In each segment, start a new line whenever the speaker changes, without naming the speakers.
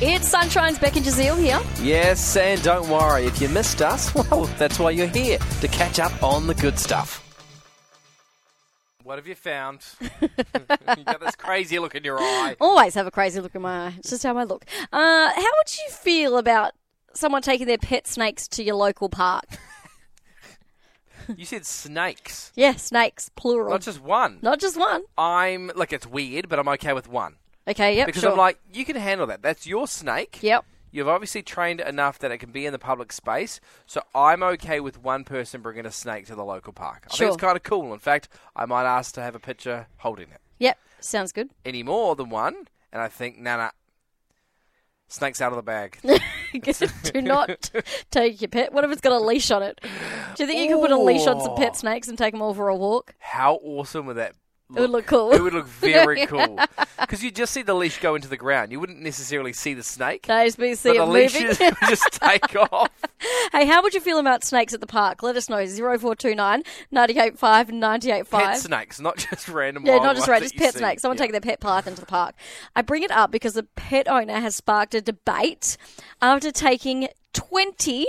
It's Sunshine's Becky Jazeel here.
Yes, and don't worry, if you missed us, well, that's why you're here, to catch up on the good stuff. What have you found? you got this crazy look in your eye.
Always have a crazy look in my eye. It's just how I look. Uh, how would you feel about someone taking their pet snakes to your local park?
You said snakes,
yeah, snakes, plural.
not just one.
Not just one.
I'm like it's weird, but I'm okay with one
Okay, yep,
because
sure.
I'm like you can handle that. That's your snake.
yep.
You've obviously trained it enough that it can be in the public space, so I'm okay with one person bringing a snake to the local park. I think
Sure.
it's kind of cool. In fact, I might ask to have a picture holding it.
Yep, sounds good.
Any more than one, and I think, nah, nah, snake's out of the bag.
Do not take your pet. What if it's got a leash on it? Do you think you could put a leash on some pet snakes and take them all for a walk?
How awesome would that look?
It would look cool.
It would look very cool. Because you just see the leash go into the ground. You wouldn't necessarily see the snake.
No, just be see
but
it
the leash
moving.
would just take off.
hey, how would you feel about snakes at the park? Let us know. 0429 985
Pet
985.
snakes, not just random
Yeah,
wild
not just
ones
right,
that
just
you
pet
see.
snakes. Someone
Yeah.
taking their pet python to the park. I bring it up because a pet owner has sparked a debate after taking 20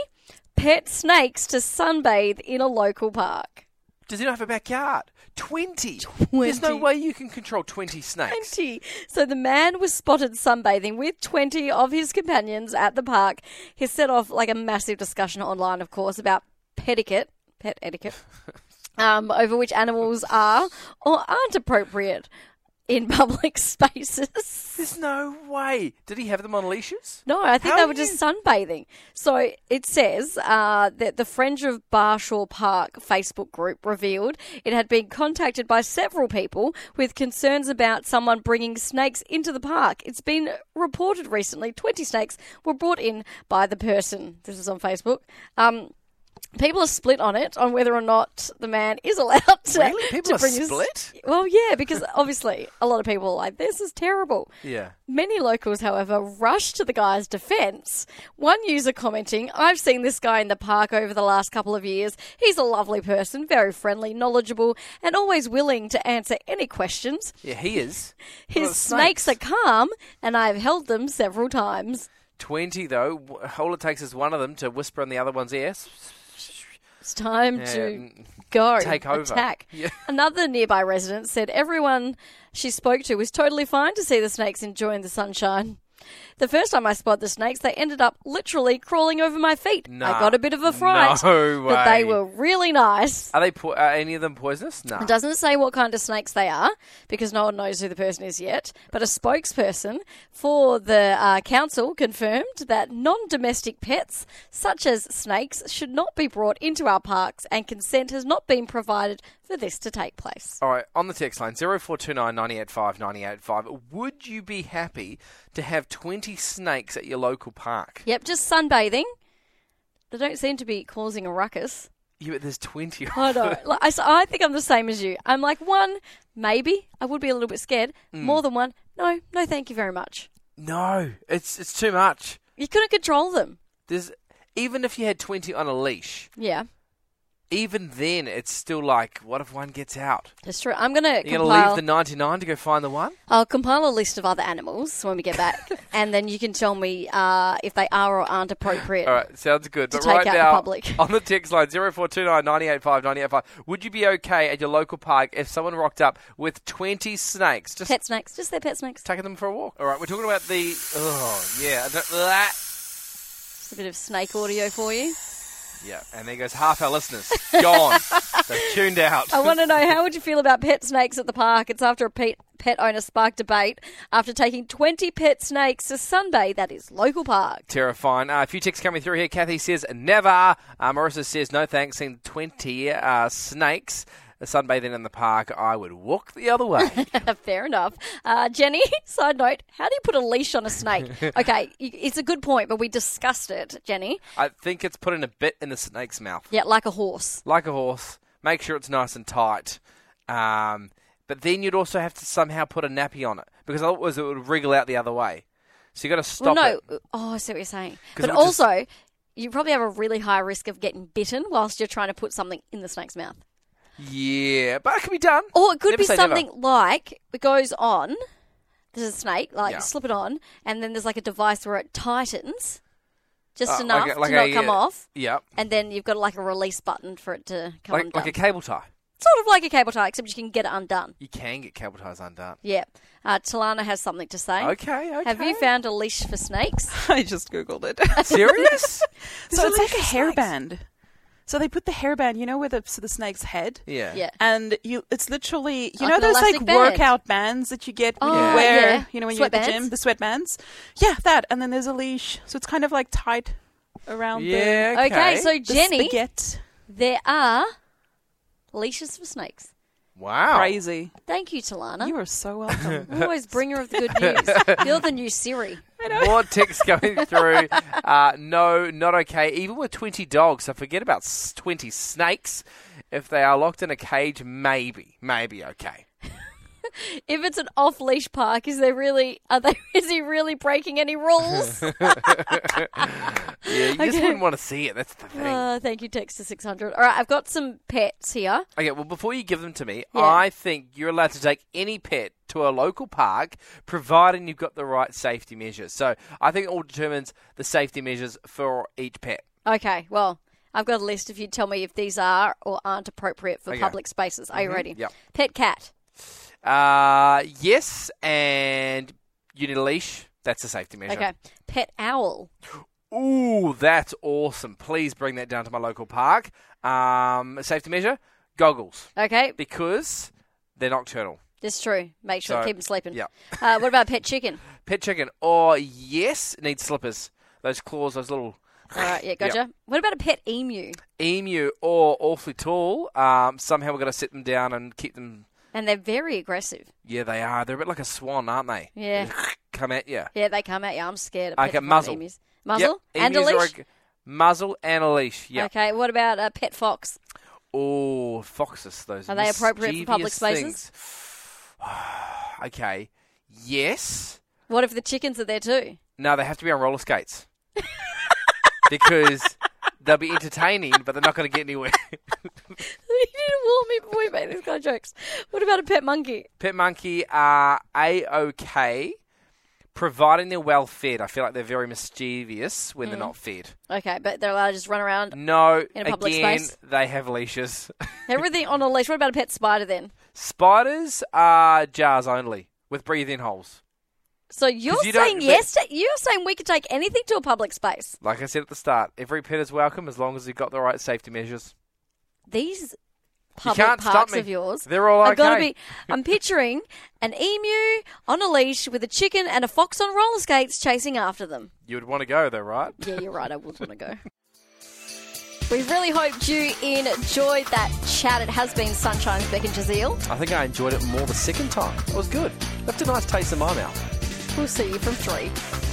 pet snakes to sunbathe in a local park.
Does it have a backyard? 20. There's no
20.
way you can control 20 snakes.
20. So the man was spotted sunbathing with 20 of his companions at the park. He set off like a massive discussion online, of course, about pet etiquette, pet etiquette, um, over which animals are or aren't appropriate in public spaces.
There's no way. Did he have them on leashes?
No, I think
How
they
do
were just
you-
sunbathing. So it says uh, that the Friends of Barshore Park Facebook group revealed it had been contacted by several people with concerns about someone bringing snakes into the park. It's been reported recently 20 snakes were brought in by the person. This is on Facebook. Um, people are split on it, on whether or not the man is allowed to,
Really? People
to
are
bring his-
split?
Well, yeah, because obviously a lot of people are like, this is terrible.
Yeah.
Many locals, however, rushed to the guy's defence. One user commenting, I've seen this guy in the park over the last couple of years. He's a lovely person, very friendly, knowledgeable, and always willing to answer any questions.
Yeah, he is.
His
Well,
snakes. are calm, and I've held them several times.
20, though. W- All it takes is one of them to whisper in the other one's ear.
It's time
Yeah,
to
n-
go.
take over.
Attack.
Yeah.
Another nearby resident said everyone she spoke to was totally fine to see the snakes enjoying the sunshine. The first time I spotted the snakes, they ended up literally crawling over my feet. I
Nah.
got a bit of a fright.
No
But they
way.
were really nice.
Are they po- are any of them poisonous? No.
It doesn't say what kind of snakes they are because no one knows who the person is yet. But a spokesperson for the uh, council confirmed that non domestic pets, such as snakes, should not be brought into our parks and consent has not been provided for this to take place.
All right, on the text line 0429 985 985, would you be happy to have 20 snakes at your local park?
Yep, just sunbathing. They don't seem to be causing a ruckus.
Yeah, but there's 20 of
I know.
them.
Like, I, s- I think I'm the same as you. I'm like, one, maybe. I would be a little bit scared. More than one, no, no, thank you very much.
No, it's, it's too much.
You couldn't control them.
There's Even if you had 20 on a leash,
Yeah,
even then, it's still like, what if one gets out?
that's true. I'm gonna
You're going to
compile.
leave the 99 to go find the one?
I'll compile a list of other animals when we get back, and then you can tell me uh, if they are or aren't appropriate.
All right, sounds good.
To
But
take
right
out the
now,
public.
on the text line 0429 985 985, would you be okay at your local park if someone rocked up with 20 snakes? Just
Pet snakes, just their pet snakes.
taking them for a walk. All right, we're talking about the. Oh, yeah. I don't- that.
Just a bit of snake audio for you.
Yeah, and there goes half our listeners. Gone. They've tuned out.
I want to know how would you feel about pet snakes at the park? It's after a pet, pet owner sparked debate after taking 20 pet snakes to Sunday, that is local park.
Terrifying. Uh, a few texts coming through here. Kathy says, never. Uh, Marissa says, no thanks. Seen 20 uh, snakes sunbathing in the park. I would walk the other way.
Fair enough. Uh, Jenny, side note, how do you put a leash on a snake? Okay, y- it's a good point, but we discussed it, Jenny.
I think it's putting a bit in the snake's mouth.
Yeah, like a horse.
Like a horse. Make sure it's nice and tight. Um, but then you'd also have to somehow put a nappy on it because otherwise it would wriggle out the other way. So you got to stop
well,
it.
no. Oh, I see what you're saying.
'Cause
But
it would just-
also, you probably have a really high risk of getting bitten whilst you're trying to put something in the snake's mouth.
Yeah, but it can be done.
Or it could
Never
be
say never.
something like it goes on. The There's a snake, like
Yeah.
you slip it on, and then there's like a device where it tightens just
Uh,
enough
like a- like
to not
a,
come
uh,
off,
Yeah.
and then you've got like a release button for it to come
Like,
undone.
like a cable tie.
sort of like a cable tie, except you can get it undone.
You can get cable ties undone.
Yeah. Uh, Talana has something to say.
Okay, okay.
Have you found a leash for snakes?
I just googled it.
serious?
so it's like a hairband. So they put the hairband, you know, where the so the snake's head.
yeah.
Yeah.
And you, it's literally, you
Like
know,
an
those
Oh, elastic
like
band.
workout bands that you get when
Oh,
you wear,
yeah.
you know, when you're at the
Sweatbands?
gym, the sweatbands. Yeah, that. And then there's a leash, so it's kind of like tied around
Yeah.
Okay,
Okay.
so
the, the
Jenny,
spaghetti.
there are leashes for snakes. Oh.
wow.
Crazy.
Thank you, Talana.
You are so welcome.
Always bringer of the good news. You're the new Siri.
More ticks going through. Uh, no, not okay. Even with 20 dogs, so forget about s- 20 snakes. If they are locked in a cage, maybe, maybe okay.
If it's an off-leash park, is there really are they is he really breaking any rules?
Yeah, you just
Okay.
wouldn't want to see it. That's the thing.
Uh, thank you, text to six hundred. All right, I've got some pets here.
Okay, well, before you give them to me,
Yeah.
I think you're allowed to take any pet to a local park, providing you've got the right safety measures. So I think it all determines the safety measures for each pet.
Okay, well, I've got a list. If you tell me if these are or aren't appropriate for
Okay. Mm-hmm.
public spaces, are you ready?
Yep.
Pet cat.
Uh, yes, and you need a leash. That's a safety measure.
Okay. Pet owl.
Ooh, that's awesome. Please bring that down to my local park. Um, a safety measure goggles
Okay,
because they're nocturnal.
that's true. Make sure
So,
keep them sleeping.
yeah.
Uh, what about pet chicken?
Pet chicken, or yes, needs slippers. Those claws, those little
All right, yeah, gotcha. What about a pet emu?
emu or awfully tall. Um, somehow we've got to sit them down and keep them.
And they're very aggressive.
Yeah, they are. They're a bit like a swan, aren't they?
Yeah.
They Come at you.
Yeah, they come at you. I'm scared of
Like
pet
a
fucking
muzzle.
emus. Muzzle
Yep.
and a
Emus are
leash.
g- muzzle and a leash. Yeah.
Okay, what about a pet fox?
Oh, foxes. Those
Are they appropriate for public
mischievous
spaces?
things. okay. Yes.
What if the chickens are there too?
No, they have to be on roller skates because they'll be entertaining, but they're not going to get anywhere.
you didn't warn me before we made these kind of jokes. What about a pet monkey?
Pet monkey are a okay, providing they're well fed. I feel like they're very mischievous when they're not fed.
Okay, but they're allowed to just run around.
No,
Hmm. In a public
again,
space?
they have leashes.
Everything on a leash. What about a pet spider then?
Spiders are jars only with breathing holes.
So you're
'Cause you don't-
saying
but-
yes? To, you're saying we could take anything to a public space.
Like I said at the start, every pet is welcome as long as you've got the right safety measures.
These
You
public
can't stop
parks
me.
of yours.
They're all okay.
I've got to be. I'm picturing an emu on a leash with a chicken and a fox on roller skates chasing after them.
You would want to go though, right?
Yeah, you're right. I would want to go. We really hoped you enjoyed that chat. It has been Sunshine's Beck and Jazeel.
I think I enjoyed it more the second time. It was good. Left a nice taste in my mouth.
We'll see you from three.